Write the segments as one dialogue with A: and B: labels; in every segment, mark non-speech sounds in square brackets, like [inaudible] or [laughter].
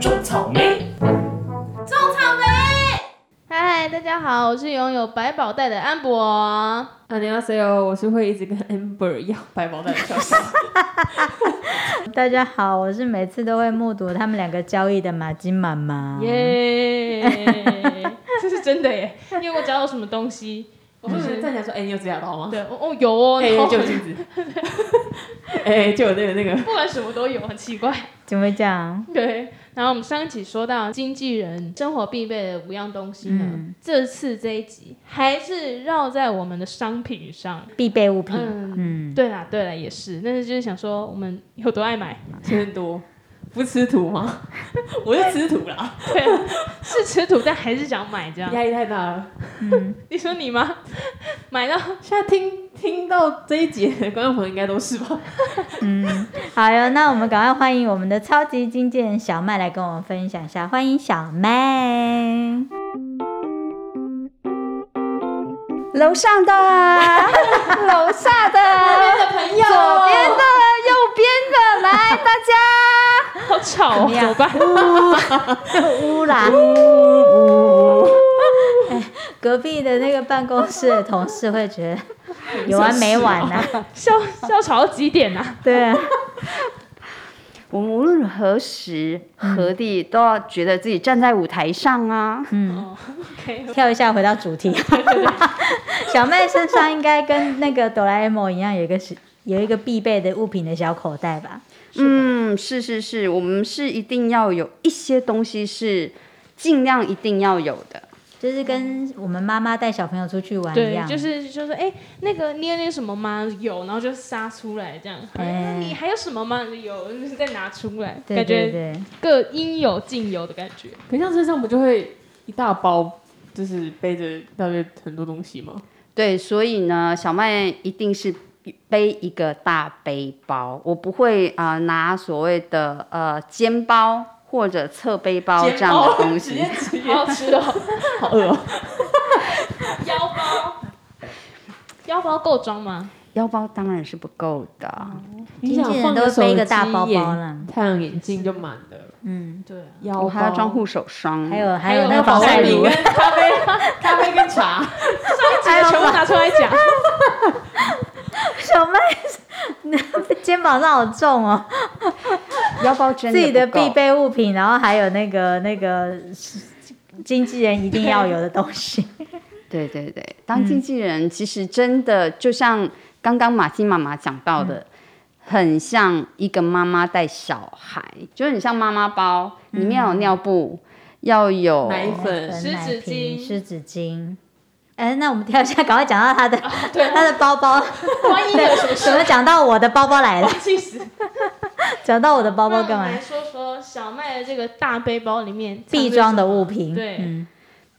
A: 种草莓，
B: 种草莓。嗨，大家好，我是拥有百宝袋的安博。
C: 啊，你好，C.O.，我是会一直跟 Amber 要百宝袋的小小。
D: 大家好，我是每次都会目睹他们两个交易的马金妈妈。
B: 耶、这是真的耶！ [laughs] 你有没有找到什么东西？
C: [laughs] 我不能站起来说，哎、你有指甲刀吗？
B: 对，哦哦有哦，
C: 哎、 [laughs]
B: 然后
C: 就有镜子。哎、就有那个那个。
B: [laughs] 不管什么都有，很奇怪。
D: 怎么讲？
B: 对，然后我们上一期说到经纪人生活必备的五样东西呢，
D: 嗯
B: 这次这一集还是绕在我们的商品上。
D: 必备物品。
B: 嗯，
D: 嗯，
B: 对啦对啦，也是，但是就是想说我们有多爱买， [laughs]
C: 钱多， [laughs] 不吃土吗？我是吃土啦，
B: 对啊，是吃土，但还是想买这样。
C: 压力太大了。
B: 你说你吗？ [laughs] 买到
C: 现在听听到这一节的观众朋友应该都是吧？
E: 嗯
D: 嗯好哟，那我们赶快欢迎我们的超级经纪人小麦来跟我们分享一下，欢迎小麦。
E: 楼上
D: [laughs]
E: 的、楼下的、
C: 朋友，
E: [laughs] 左
D: [laughs]
E: 边的、右边的，来，大家
B: 好吵、哦，
D: 么样
B: 怎么办？
D: [laughs] 乌啦，哎隔壁的那个办公室的同事会觉
B: [laughs]
D: 得有完没完呐、啊？
B: 笑笑吵到几点啊？
D: 对啊，
E: 我们无论何时
D: 嗯
E: 何地都要觉得自己站在舞台上啊！
D: 嗯
B: 哦，OK，
D: 跳一下回到
B: [laughs]
D: 主题。小麦身上应该跟那个哆啦 A 梦一样，有一个是有一个必备的物品的小口袋吧？
E: 嗯，是是是，我们是一定要有一些东西是尽量一定要有的。
D: 就是跟我们妈妈带小朋友出去玩一
B: 对，
D: 样，
B: 就是就是，哎、那个你有点什么吗？有，然后就杀出来这样。
D: 哎
B: 哎，你还有什么吗？有，就是再拿出来，
D: 对对
B: 感觉
D: 对，
B: 各应有尽有的感觉。
C: 可像身上不就会一大包，就是背着大约很多东西吗？
E: 对，所以呢，小麦一定是背一个大背包，我不会啊、呃拿所谓的呃肩包或者侧背包这样的东西。
D: [laughs]
B: 好好吃哦，
C: 好饿 [laughs] 哦。
B: 腰包，腰包够装吗？
E: 腰包当然是不够的，
C: 你
D: 经
C: 想
D: 纪人
C: 放
D: 都
C: 个
D: 会
C: 手
D: 背一个
C: 机
D: 大包包
C: 眼
D: 啦
C: 太阳眼镜就满了，
D: 嗯，
B: 对啊，
C: 腰包
E: 我还要装护手霜，
D: 还有还
B: 嗯还有
D: 有那
B: 那
D: 个
B: 个
D: 防
B: 防晒
D: 晒乳
B: 乳，
C: 跟咖 [laughs] 啡、咖啡跟茶。哎
B: 还有全部拿出
C: [laughs]
B: 来讲，
D: [laughs] [laughs] 小麦肩膀上好重哦，
E: 腰包真
D: 自己的
E: 不够
D: 必备物品，然后还有那个那个经纪人一定要有的东
B: [laughs]
D: 西。
E: 对对对，当经纪人
C: 嗯
E: 其实真的就像刚刚马金妈妈讲到
C: 嗯
E: 的，很像一个妈妈带小孩，就是很像妈妈包，里面有尿布，要有
C: 奶
D: [laughs]
C: 粉
D: 粉
B: 湿
D: 奶
B: 纸
D: 瓶
B: 巾
D: 湿纸巾。哎，那我们跳一下，赶快讲
B: [laughs]
D: 到他的、他的包包。
B: 万一有什么
D: 怎么讲到我的包
B: [laughs]
D: 包来了？
B: 气死！
D: 讲到我的
B: 那
D: 包包
B: 我们
D: 干嘛？
B: 来说说小麦的这个大背包里面
D: 必装的物品。
B: 对
D: 嗯，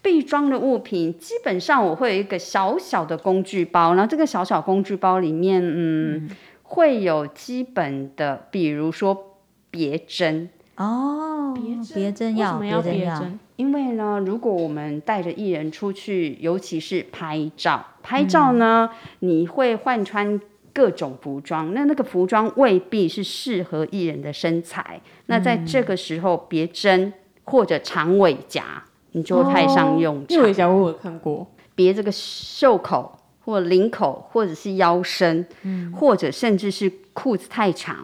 E: 备装的物品，基本上我会有一个小小的工具包，然后这个小小工具包里面，嗯，会有基本的，比如说别针，
D: 哦，别针
B: 为什
D: 药，
B: 么要
D: 针
B: 别
D: 药，嗯
B: 针？
E: 因为呢，如果我们带着艺人出去，尤其是拍照，拍照呢，你会换穿各种服装，那那个服装未必是适合艺人的身材。那在这个时候，别针或者长尾夹，你就会派
C: 哦
E: 上用场，
C: 因为以前我有看过，
E: 别这个袖口或领口，或者是腰身，
D: 嗯
E: 或者甚至是裤子太长。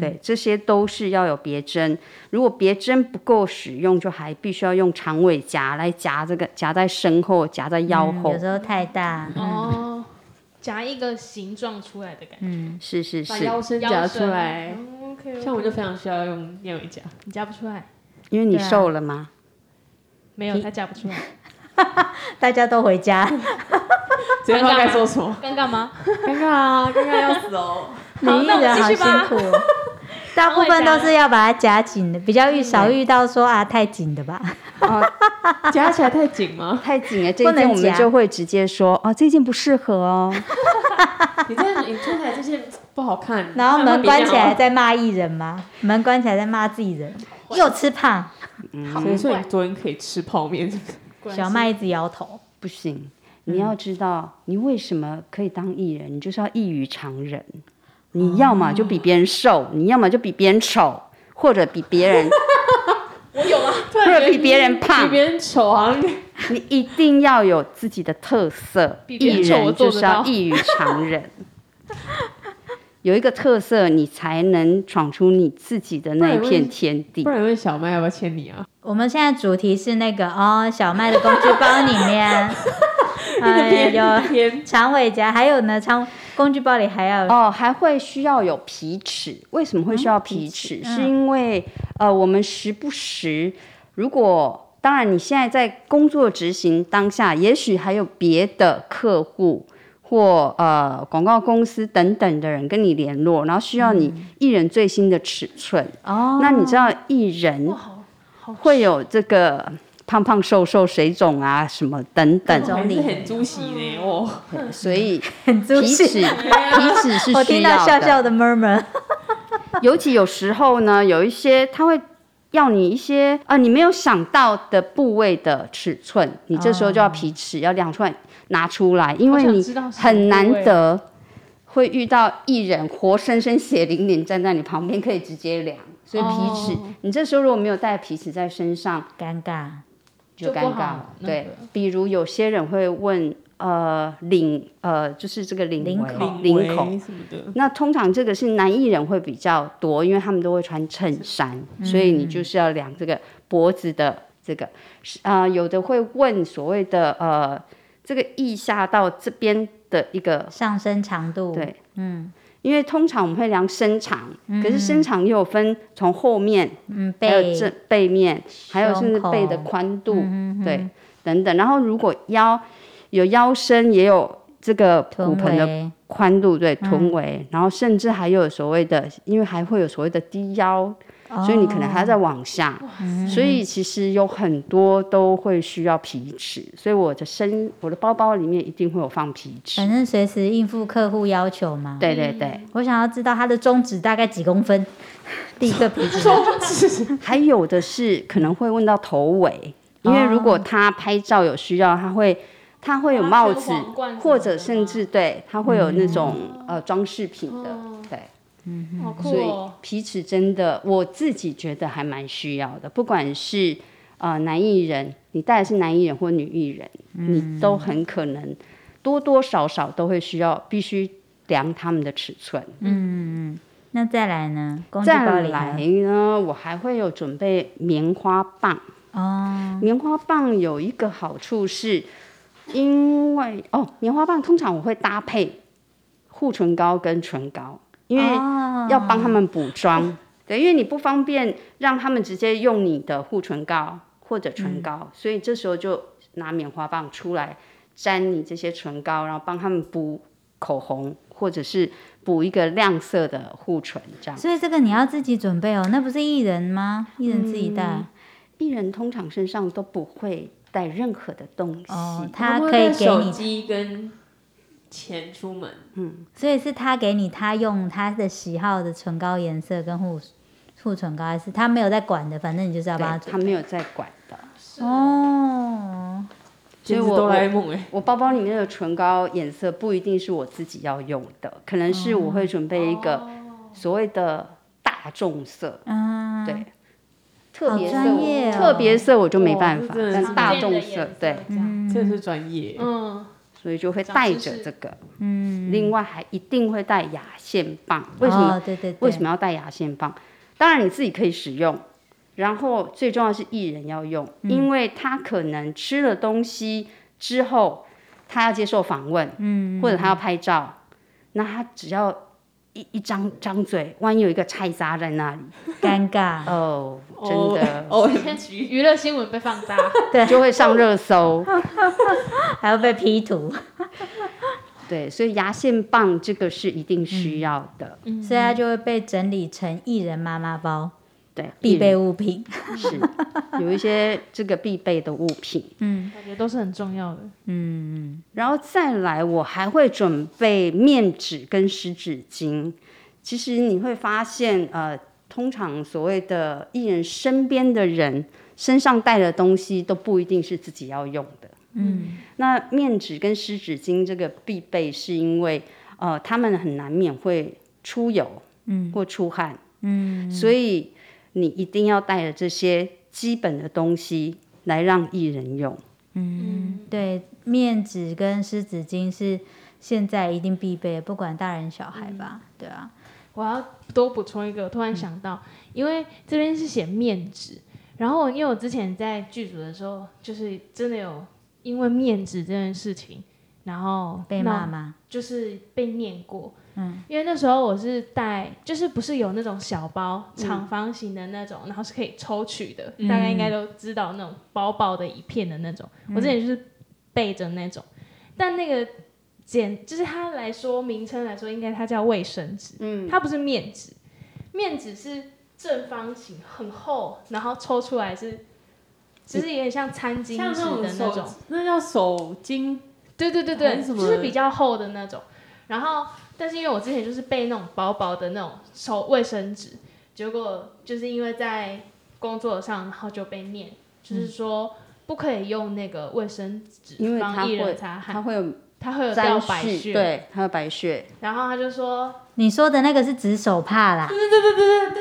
E: 对，这些都是要有别针。如果别针不够使用，就还必须要用长尾夹来夹这个，夹在身后，夹在腰
D: 嗯
E: 后。
D: 有时候太大。
B: 哦，夹一个形状出来的感觉，
D: 嗯，
E: 是是
C: 把
E: 是，
C: 腰身夹出来。
B: OK，
C: 像我就非常需要用尿夹，
B: 你夹不出来，
E: 因为你
D: 对啊
E: 瘦了吗？
B: 没有，他夹不出来，
D: 大家都回家，
C: 直接不知道该说什么，
B: 尴尬吗？
C: 尴尬啊，尴尬要死 [laughs] 哦。
D: [laughs] 你
B: 好
D: 一
B: 那我
D: 人
B: 们
D: 好
B: 继续
D: 辛
B: 吧 [laughs]
D: 苦哦。大部分都是要把它夹紧的，比较遇少遇到说啊太紧的吧。
C: 啊夹起来太紧吗？
E: 太紧了，这
D: 不
E: 一
D: 能
E: 件我们
D: 夹
E: 就会直接说啊，这件不适合哦。
C: 你这样你穿起来这件不好看。
D: 然后
C: 那
D: 门
C: 别
D: 关
C: 这
D: 起
C: 样
D: 来
C: 好
D: 在骂艺人吗？门关起来在骂自己人，又吃胖。
C: 了，所以说你昨天可以吃泡面，是不是
D: 小麦一直摇头，
E: 不
B: 嗯
E: 行，你要知道，你为什么可以当艺人，你就是要异于常人。
B: 哦
E: 你要么就比别人瘦，你要么就比别人丑，或者比
B: [laughs]
E: 别人，
B: 我有吗？
C: 突然觉得
E: 比别人胖
C: 比别人丑啊好像
E: 你一定要有自己的特色。
B: 比别
E: 艺
B: 人丑我
E: 人
B: 做
E: 就
B: 得
E: 是要
B: 到
E: 异于常人，有一个特色，你才能闯出你自己的那一
C: 不然
E: 片
C: 为
E: 天地
C: 不。然问小麦要不要签你啊？
D: 我们现在主题是那个哦，小麦的工具包里面，
E: [laughs]
D: 哎，有
C: 天
D: 长尾夹，还有呢，长工具包里还有
E: 哦，还会需要有皮尺。为什么会需要皮尺？
D: 呃嗯
E: 是因为呃，我们时不时，如果呃当然你现在在工作执行当下，也许还有别的客户或呃广告公司等等的人跟你联络，然后需要你艺人最新的尺寸。
D: 哦，
E: 那你知道艺人会有这个胖胖瘦瘦、水肿啊什么等等，
D: 各种
C: 还
D: 理
C: 是很猪喜呢哦。
E: 所以
D: 很
E: 皮
D: 自
E: 尺
D: [laughs]
E: 皮
D: 信。
E: 尺是需要
D: 啊
E: 的。
D: 我听到笑笑的 murmur，
E: [laughs] 尤其有时候呢，有一些他会要你一些呃你没有想到的部位的尺寸，你这时候就要皮尺要量出来拿出来，因为
C: 好想
E: 你
C: 知道什么
E: 很难
C: 部位
E: 得会遇到艺人活生生血淋淋站在你旁边可以直接量，所以皮尺、
C: 哦
E: 你这时候如果没有带皮尺在身上，
D: 尴尬。
E: 就
B: 就
E: 尴
B: 不
E: 尬
B: 好
E: 了。
B: 那
E: 对
B: 个，
E: 比如有些人会问，呃，领呃，就是这个领
D: 领
E: 围
D: 口
E: 领口。
C: 围什么的，
E: 那通常这个是男艺人会比较多，因为他们都会穿衬衫，
D: 嗯
E: 所以你就是要量这个脖子的这个，是啊，有的会问所谓的呃，这个腋下到这边的一个
D: 上身长度，
E: 对，
D: 嗯
E: 因为通常我们会量身长，可是身长又有分从后面
D: 嗯，
E: 还有
D: 背
E: 这背面，还有甚
D: 胸
E: 至
D: 口
E: 背的宽度，
D: 嗯哼
E: 对，等等。然后如果腰有腰身，也有这个骨
D: 臀
E: 盆的
D: 围，
E: 宽度，对，臀围，然后甚至还有所谓的，因为还会有所谓的低腰，
D: 哦
E: 所以你可能还要再往下。所以其实有很多都会需要皮尺，所以我的身我的包包里面一定会有放皮尺
D: 反。正随时应付客户要求嘛。，
E: 对对对，
D: 我想要知道他的中指大概几公分，第一个皮
E: [laughs]
D: 尺，
E: 还有的是可能会问到头围，因为如果他拍照有需要，他会他会有帽子
B: 啊还有皇冠什么，的
E: 或者甚至对他会有那种、呃装饰品的，
B: 哦
E: 对。
B: [laughs] 好酷
E: 所以
B: 哦！
E: 皮尺真的，我自己觉得还蛮需要的。不管是呃男艺人，你带的是男艺人或女艺人，你都很可能多多少少都会需要必须量他们的尺寸。
D: 那再来呢？工具包
E: 再
D: 里还
E: 来
D: 有
E: 呢，我还会有准备棉花棒。
D: 哦，
E: 棉花棒有一个好处是，因为哦，棉花棒通常我会搭配护唇膏跟唇膏，因为
D: 哦
E: 要帮他们补妆。
D: [laughs]
E: 对，因为你不方便让他们直接用你的护唇膏或者唇膏，
D: 嗯
E: 所以这时候就拿棉花棒出来沾你这些唇膏，然后帮他们补口红，或者是补一个亮色的护唇，这样。
D: 所以这个你要自己准备哦，那不是艺人吗？艺人自己
E: 嗯
D: 带、
E: 艺人通常身上都不会带任何的东西。
D: 哦，
C: 会
D: 他
C: 不会
D: 可以
C: 带
D: 给
C: 手
D: 你，
C: 机跟钱出门，
D: 所以是他给你他用他的喜好的唇膏颜色跟护护唇膏，还是他没有在管的，反正你就是要
E: 对
D: 帮他
E: 他没有在管的。
D: 做哦。
E: 所以
C: 简直
E: 我
C: 哆啦 A 梦哎，
E: 我包包里面的唇膏颜色不一定是我自己要用的，可能是我会准备一
B: 哦
E: 个所谓的大众色，
D: 嗯，
E: 对，特别色
D: 专业哦
E: 我，特别色我就没办
C: 哇
E: 法，
C: 这真的是
E: 但大众色对，
B: 嗯
C: 真的是专业。
B: 嗯，
E: 所以就会带着这个。嗯，另外还一定会带牙线棒，为什么？
D: 哦、对对对，
E: 为什么要带牙线棒？当然你自己可以使用，然后最重要是艺人要用，因为他可能吃了东西之后，他要接受访问，嗯，或者他要拍照，那他只要一一张张嘴，万一有一个菜渣在那里，
D: 尴尬？
E: 哦，真
B: [laughs]
E: 的。
C: 哦，
B: 娱乐新闻被放大，
E: 就会上热搜，
D: 还要被 P 图，
E: 对，所以牙线棒这个是一定需要的，
D: 所以
E: 嗯
D: 它就会被整理成艺人妈妈包
E: 对，
D: 必备物品。
E: 是有一些这个必备的物品。
B: [laughs] 感觉都是很重要的。
E: 然后再来，我还会准备面纸跟湿纸巾。其实你会发现，呃，通常所谓的艺人身边的人身上带的东西都不一定是自己要用的。
B: 嗯，
E: 那面纸跟湿纸巾这个必备，是因为呃，他们很难免会出油，
D: 嗯
E: 或出汗，
D: 嗯，
E: 所以你一定要带着这些基本的东西来让艺人用。
B: 嗯，
D: 对，面纸跟湿纸巾是现在一定必备，不管大人小孩吧，对啊，
B: 我要多补充一个，我突然想到，因为这边是写面纸，然后因为我之前在剧组的时候，就是真的有因为面纸这件事情，然后
D: 被骂
B: 闹
D: 吗？
B: 就是被念过。
D: 嗯，
B: 因为那时候我是带，就是不是有那种小包
C: 嗯
B: 长方形的那种，然后是可以抽取的，大家应该都知道那种薄薄的一片的那种。
C: 嗯
B: 我之前就是备着那种，但那个简就是它来说名称来说，应该它叫卫生纸，嗯，它不是面纸，面纸是正方形很厚，然后抽出来是。就是有点像餐巾
C: 像
B: 纸的
C: 那
B: 那
C: 种
B: 种，
C: 手，那叫手巾，
B: 对对对
C: 还
B: 对，
C: 是什
B: 就
C: 么
B: 是比较厚的那种。然后，但是因为我之前就是备那种薄薄的那种手卫生纸，结果就是因为在工作上，然后就被念，就是说不可以用那个卫生纸
E: 因为它
B: 帮艺
E: 会
B: 人擦
E: 它
B: 汗，
E: 会有
B: 它会有掉
E: 沾
B: 白
E: 絮，
B: 屑。，
E: 对，它有白屑，
B: 然后他就说，
D: 你说的那个是指手帕啦，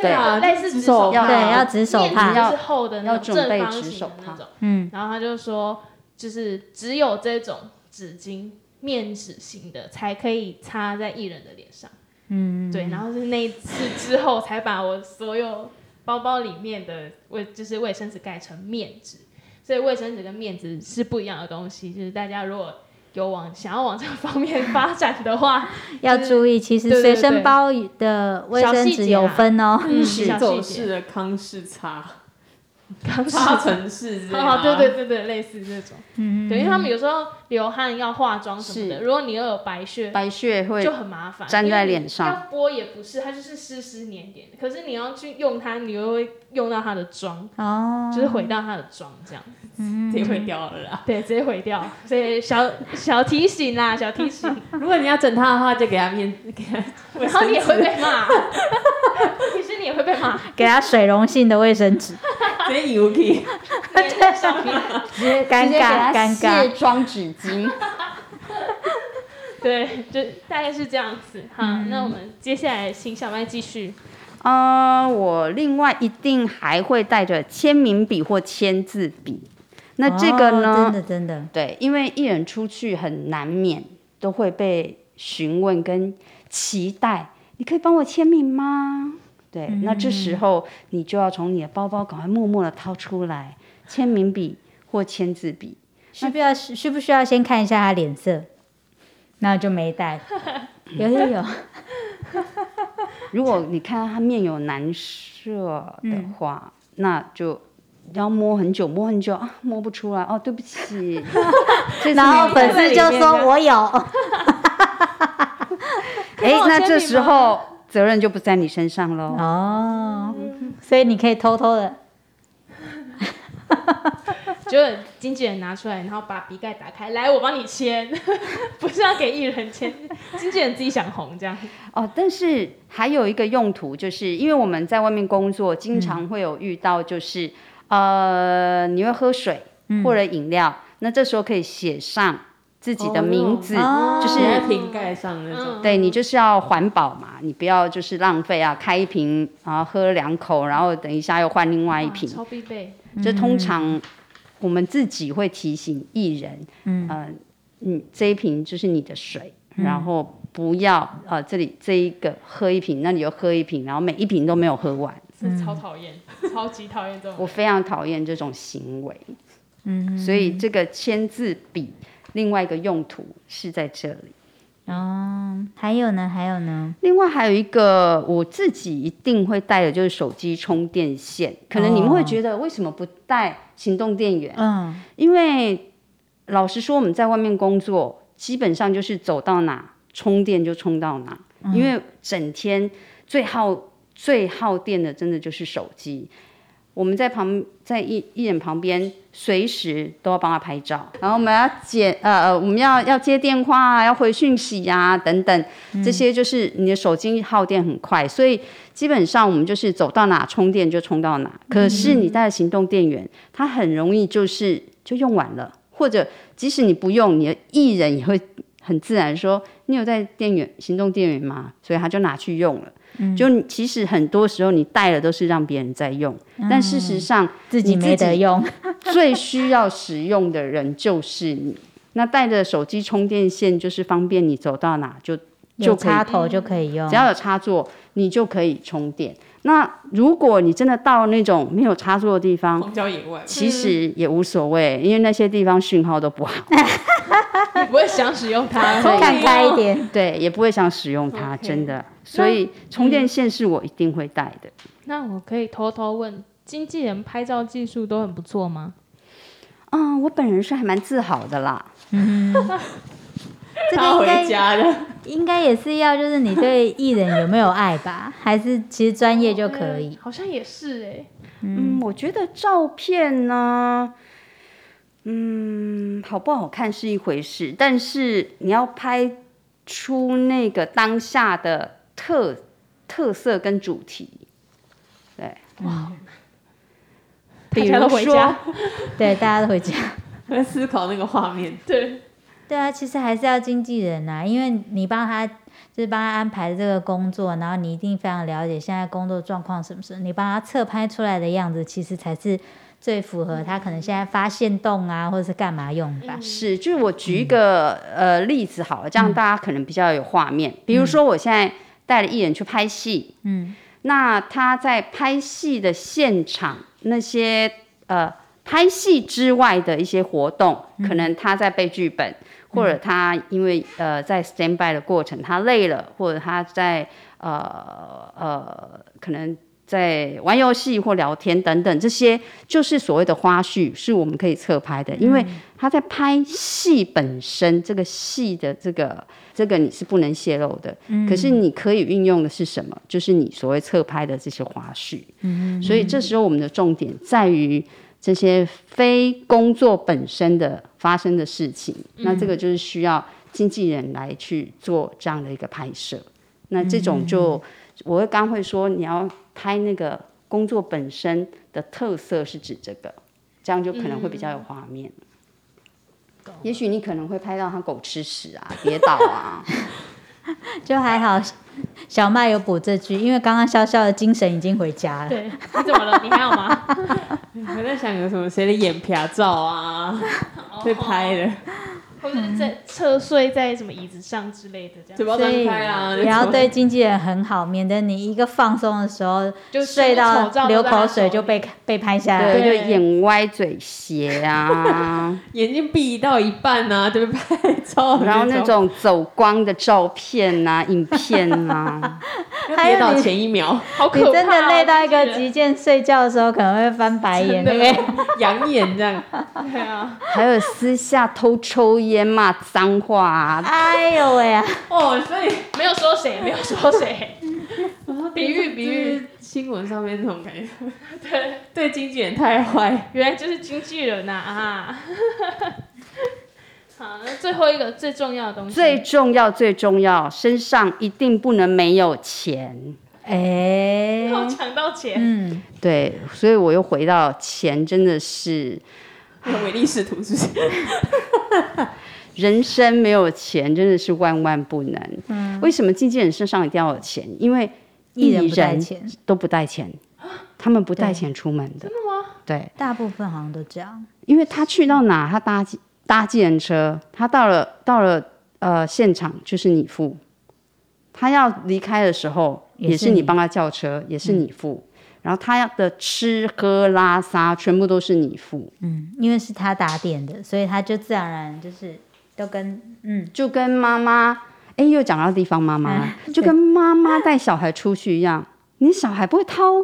E: 对
C: 啊，
B: 类似
C: 就是
B: 指手
E: 要
B: 帕
D: 对，要指手
B: 面
D: 帕，
B: 纸就是厚的那
E: 要
B: 种
E: 准备
B: 正方
E: 纸
B: 形
E: 手
B: 的那
E: 帕
B: 种。
D: 嗯，
B: 然后他就说，就是只有这种纸巾面纸型的才可以擦在艺人的脸上。嗯，对。然后是那一次之后，才把我所有包包里面的卫就是卫生纸改成面纸，所以卫生纸跟面纸是不一样的东西。就是大家如果有往想要往这方面发展的话，
D: 要注意，其实
B: 对
D: 随
B: 对
D: 身
B: 对
D: 包的卫
B: 小
D: 生
B: 细
D: 纸
B: 节
D: 有
B: 啦
D: 分哦，
B: 嗯，
C: 行
B: 小
C: 走
B: 细
C: 式
B: 节，
C: 的康氏擦，
B: 刚
C: 擦
B: 好
C: 成式之类的
B: 哦
C: 啊，，
B: 对对对对，类似这种，
D: 嗯，
B: 对，因为他们有时候流汗要化妆什么的，
E: 是
B: 如果你又有白屑，
E: 白屑会
B: 就很麻烦，
E: 粘在
B: 因为
E: 脸上
B: 要剥也不是，它就是湿湿黏黏的。可是你要去用它，你又会用到它的妆，
D: 哦，
B: 就是毁掉它的妆这样。
C: 直接会掉了啦。
B: 对，直接毁掉。所以小小提醒啦，小提醒。
C: 如果你要整他的话，就给他面，给他卫
B: 然后
C: 生
B: 你也
C: 纸，
B: 会被骂，其实你也会被骂，
D: 给他水溶性的卫生纸，
C: [laughs] 直接油漆，
B: 粘在上面。
D: 尴尬尴尬，
E: 卸妆纸 [laughs] 巾。
B: 对，就大概是这样子。好，那我们接下来请小麦继续。
E: 啊、我另外一定还会带着签名笔或签字笔。那这
D: 哦
E: 个
D: 真
E: 呢？
D: 的真的，
E: 对，因为艺人出去很难免都会被询问跟期待，你可以帮我签名吗？对，那这
D: 嗯
E: 时候你就要从你的包包赶快默默的掏出来签名笔或签字笔。
D: 需不要需不需要先看一下他脸色？那就没带，有有有，
E: 如果你看到他面有难色的
D: 嗯
E: 话，那就要摸很久，摸很久啊，摸不出来哦，对
D: [laughs]
E: 不起。这次
D: 然后
E: 没
D: 粉丝就说我有，
E: 哎，
B: 我
E: 那
B: 签
E: 这
B: 名
E: 时
B: 吗
E: 候责任就不在你身上喽。
D: 哦，所以你可以偷偷的，
B: [laughs] 就经纪人拿出来，然后把笔盖打开，来，我帮你签， [laughs] 不是要给艺人签，经纪人自己想红这样。
E: 哦，但是还有一个用途，就是因为我们在外面工作，
D: 嗯
E: 经常会有遇到，就是、呃，你会喝水
D: 嗯
E: 或者饮料，那这时候可以写上自己的名字，
D: 哦
E: 就是
C: 写在瓶盖上那种。
B: 嗯，
E: 对你就是要环保嘛，你不要就是浪费啊，开一瓶然后喝两口，然后等一下又换另外一
B: 哇
E: 瓶。
B: 超必备。
E: 这通常我们自己会提醒艺人，嗯、呃，嗯，这一瓶就是你的水，然后不要呃这里这一个喝一瓶，那里又喝一瓶，然后每一瓶都没有喝完。
B: 是超讨厌，超级讨厌这种。
E: 我非常讨厌这种行为，嗯，所以这个签字笔另外一个用途是在这里。
D: 哦，还有呢还有呢，
E: 另外还有一个我自己一定会带的就是手机充电线，可能你们会觉得为什么不带行动电源？
D: 嗯，
E: 因为老实说我们在外面工作，基本上就是走到哪充电就充到哪，因为整天最耗最耗电的真的就是手机。我们在旁在艺艺人旁边，随时都要帮他拍照，然后我们要接呃呃，我们要要接电话啊，要回讯息啊等等，这些就是你的手机耗电很快，所以基本上我们就是走到哪充电就充到哪。
D: 嗯
E: 可是你带行动电源，它很容易就是就用完了，或者即使你不用，你的艺人也会很自然说：“你有带电源行动电源吗？所以他就拿去用了。
D: 嗯
E: 就你其实很多时候你带了都是让别人在用，
D: 嗯
E: 但事实上
D: 自己
E: 你
D: 没得用，
E: 最需要使用的人就是你。那带着手机充电线就是方便你走到哪就
D: 有
E: 就可以
D: 插头就可以用
E: 只。要有插座，你就可以充电。那如果你真的到那种没有插座的地方，
C: 荒郊野外，
E: 其实也无所谓，因为那些地方讯号都不好，
B: 你不会想使用它，
E: 可以
D: 看开一
E: [laughs]
D: 点，
E: 对，也不会想使用它，
C: OK
E: 真的。所以充电线是我一定会带的。
B: 那我可以偷偷问，经纪人拍照技术都很不错吗？
E: 嗯，我本人是还蛮自豪的啦。
D: 这
C: 他
D: 个应
C: 回
D: 该
C: 家了，
D: 应该也是要，就是你对艺人有没有爱吧？还是其实专业就
B: [laughs]
D: 可以？
B: 好像也是哎、
E: 嗯，我觉得照片呢，嗯，好不好看是一回事，但是你要拍出那个当下的特特色跟主题。对，
B: 大
E: 比
B: 家都
E: 如
B: 回
E: 说
B: [laughs] 家，
D: 对，大家都回家。
C: 在思考那个画面。
B: 对，
D: 对啊，其实还是要经纪人呐、因为你帮他就是帮他安排这个工作，然后你一定非常了解现在工作状况什么什么，你帮他侧拍出来的样子，其实才是最符合他可能现在发现洞啊，或者是干嘛用的吧。
E: 是，就是我举一个、呃例子好了，这样大家可能比较有画面。比如说，我现在带了艺人去拍戏，
D: 嗯，
E: 那他在拍戏的现场那些呃拍戏之外的一些活动，可能他在背剧本，或者他因为呃在 stand by 的过程他累了，或者他在呃呃可能。在玩游戏或聊天等等，这些就是所谓的花絮，是我们可以侧拍的，因为他在拍戏本身，这个戏的这个这个你是不能泄露的。可是你可以运用的是什么？就是你所谓侧拍的这些花絮。所以这时候我们的重点在于这些非工作本身的发生的事情。那这个就是需要经纪人来去做这样的一个拍摄。那这种就我会刚会说，你要拍那个工作本身的特色是指这个，这样就可能会比较有画面。也许你可能会拍到他狗吃屎啊、跌倒啊，
D: 就还好，小麦有补这句，因为刚刚笑笑的精神已经回家了。
B: 对，你怎么了？你还好 [laughs] 吗？
C: [laughs] 我在想有什么谁的眼皮啊照啊
B: 哦
C: 被拍的，
B: 或者是
D: 嗯
B: 在侧睡在什么椅子上之类的，这
C: 嘴
B: 样
C: 巴张开啊，
D: 也要对经纪人很好，免得你一个放松的时候
B: 就全部
D: 睡到
B: 丑照都
D: 流
B: 在他
D: 口水
B: 手
D: 就
B: 里
D: 被被拍下来。
E: 对，就
B: 对
E: 眼歪嘴斜啊，
C: 眼睛闭到一半啊就被拍照，
E: 然后那种走光的照片啊、影片啊，
C: 要跌倒前一秒 [laughs]
B: 好
D: 哎你
B: 可怕、哦
D: 真的累到一个
B: 极
D: 极限，睡觉的时候可能会翻白眼，对不对？
C: 养眼这样，
B: 对啊，
E: 还有私下偷抽烟、骂脏话啊，
D: 哎呦喂啊！
C: 哦，所以
B: 没有说谁，没有说谁，比喻比喻，
C: 就是新闻上面那种感觉，
B: 对，
C: 对经纪人太坏，
B: [laughs] 原来就是经纪人呐啊。 [laughs] 好，那最后一个最重要的东西，
E: 最重要、最重要，身上一定不能没有钱。
D: 哎，
B: 又抢到钱，
D: 嗯，
E: 对，所以我又回到钱，真的是
C: 很唯利是图，是不是？
E: 人生没有钱真的是万万不能。为什么经纪人身上一定要有钱？因为
D: 艺人不带钱，
E: 都不带钱，他们不带钱出门的。真的吗？对，
D: 大部分好像都这样。
E: 因为他去到哪，他搭计搭计程车，他到了到了呃现场就是你付，他要离开的时候
D: 也是
E: 也是你
D: 你
E: 帮他叫车，也是你付，然后他要的吃喝拉撒全部都是你付，
D: 嗯，因为是他打点的，所以他就自然而然就是都跟嗯
E: 就跟妈妈，哎，又讲到地方妈
D: [laughs]
E: 妈了，就跟妈妈带小孩出去一样，你小孩不会掏，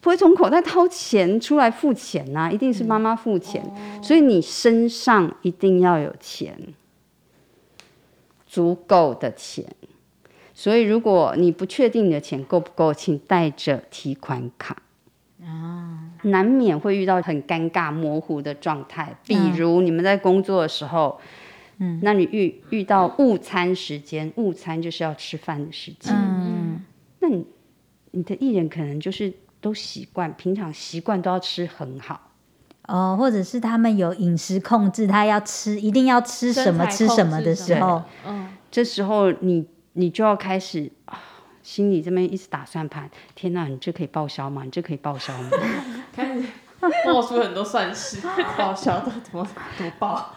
E: 不会从口袋掏钱出来付钱啊呐、一定是妈妈付钱，所以你身上一定要有钱，足够的钱。所以，如果你不确定你的钱够不够，请带着提款卡。难免会遇到很尴尬、模糊的状态，比如你们在工作的时候，嗯，那你遇遇到午餐时间，午餐就是要吃饭的时间，
D: 嗯，
E: 那你你的艺人可能就是都习惯，平常习惯都要吃很好，
D: 哦，或者是他们有饮食控制，他要吃一定要吃什么
B: 身材
D: 吃什么
B: 控制
D: 的时候，
B: 嗯，
E: 这时候你你就要开始啊，心里这边一直打算盘，天哪，你这可以报销吗？你这可以报销吗？ [laughs]
C: 开始冒出很多算式，报销到怎么怎么报？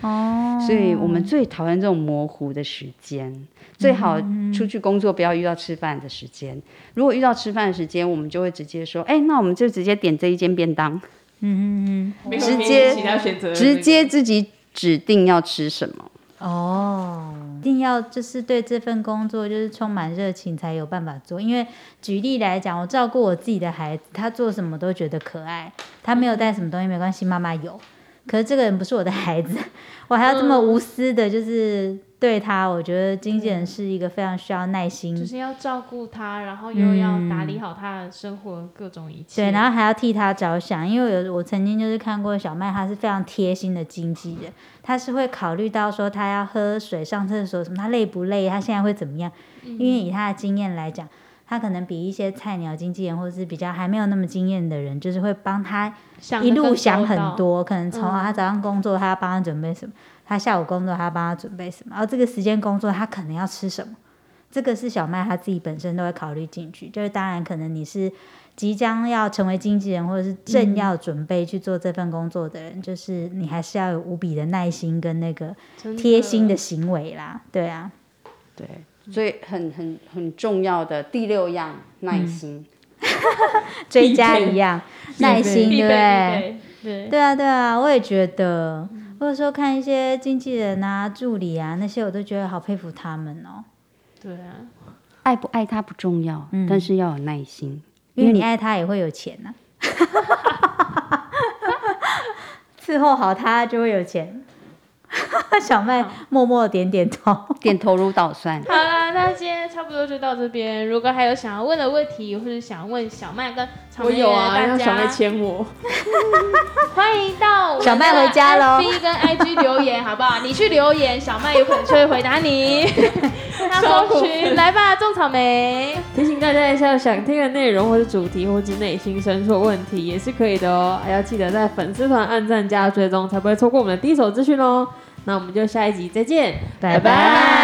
D: 哦，
E: 所以我们最讨厌这种模糊的时间，最好出去工作不要遇到吃饭的时间。如果遇到吃饭的时间，我们就会直接说，哎，那我们就直接点这一间便当，
D: 嗯嗯
C: 没有给
E: 直
C: 你
E: 接
C: 其他选择的那个，
E: 直接自己指定要吃什么。
D: 嗯，哦，一定要就是对这份工作就是充满热情才有办法做。因为举例来讲，我照顾我自己的孩子，他做什么都觉得可爱，他没有带什么东西没关系，妈妈
B: [laughs]
D: 有。可是这个人不是我的孩子， [laughs] 我还要这么无私的，就是对他，我觉得经纪人是一个非常需要耐心，
B: 就是要照顾他，然后又要打理好他的生活各种一切。
D: 对，然后还要替他着想，因为有我曾经就是看过小麦，他是非常贴心的经纪人，他是会考虑到说他要喝水、上厕所什么，他累不累，他现在会怎么样？
B: 嗯
D: 因为以他的经验来讲，他可能比一些菜鸟经纪人或是比较还没有那么经验的人，就是会帮他
B: 想得
D: 一路
B: 更
D: 想
B: 周
D: 很
B: 到，
D: 多，可能从
B: 嗯
D: 他早上工作，他要帮他准备什么；他下午工作，他要帮他准备什么；然后这个时间工作，他可能要吃什么。这个是小麦他自己本身都会考虑进去，就是当然可能你是即将要成为经纪人，或者是
B: 嗯
D: 正要准备去做这份工作的人，就是你还是要有无比的耐心跟那个
B: 真
D: 贴心的行为啦，对啊，
E: 对，所以很很很重要的第六样，耐心。
D: 追加一样耐心，
B: 必备
D: 对不
B: 必
D: 对？
B: 备对，
D: 对啊，对啊，我也觉得，或者说看一些经纪人啊、助理啊那些，我都觉得好佩服他们哦。
B: 对啊，
E: 爱不爱他不重要，
D: 嗯
E: 但是要有耐心。
D: 因为你爱他也会有钱啊呐、 [laughs] 伺候好他就会有钱。 [laughs] 小麦默默点点头。
E: 点头如捣蒜。
B: 好啦，那今天差不多就到这边。如果还有想要问的问题，或者想问小麦跟草
C: 我
B: 莓
C: 有啊，
B: 的大
C: 让小
B: 家
C: 妹，牵我。
B: 欢迎到我
D: 小麦回家喽
B: ，B 跟 IG 留言好不
D: [laughs]
B: 好？你去留言，小麦有可能就会回答你。他搜寻来吧，种草莓。
C: 提醒大家一下，有想听的内容或是主题，或是内心深处的问题也是可以的哦。还要记得在粉丝团按赞加追踪，才不会错过我们的第一手资讯哦。那我们就下一集再见，
D: 拜拜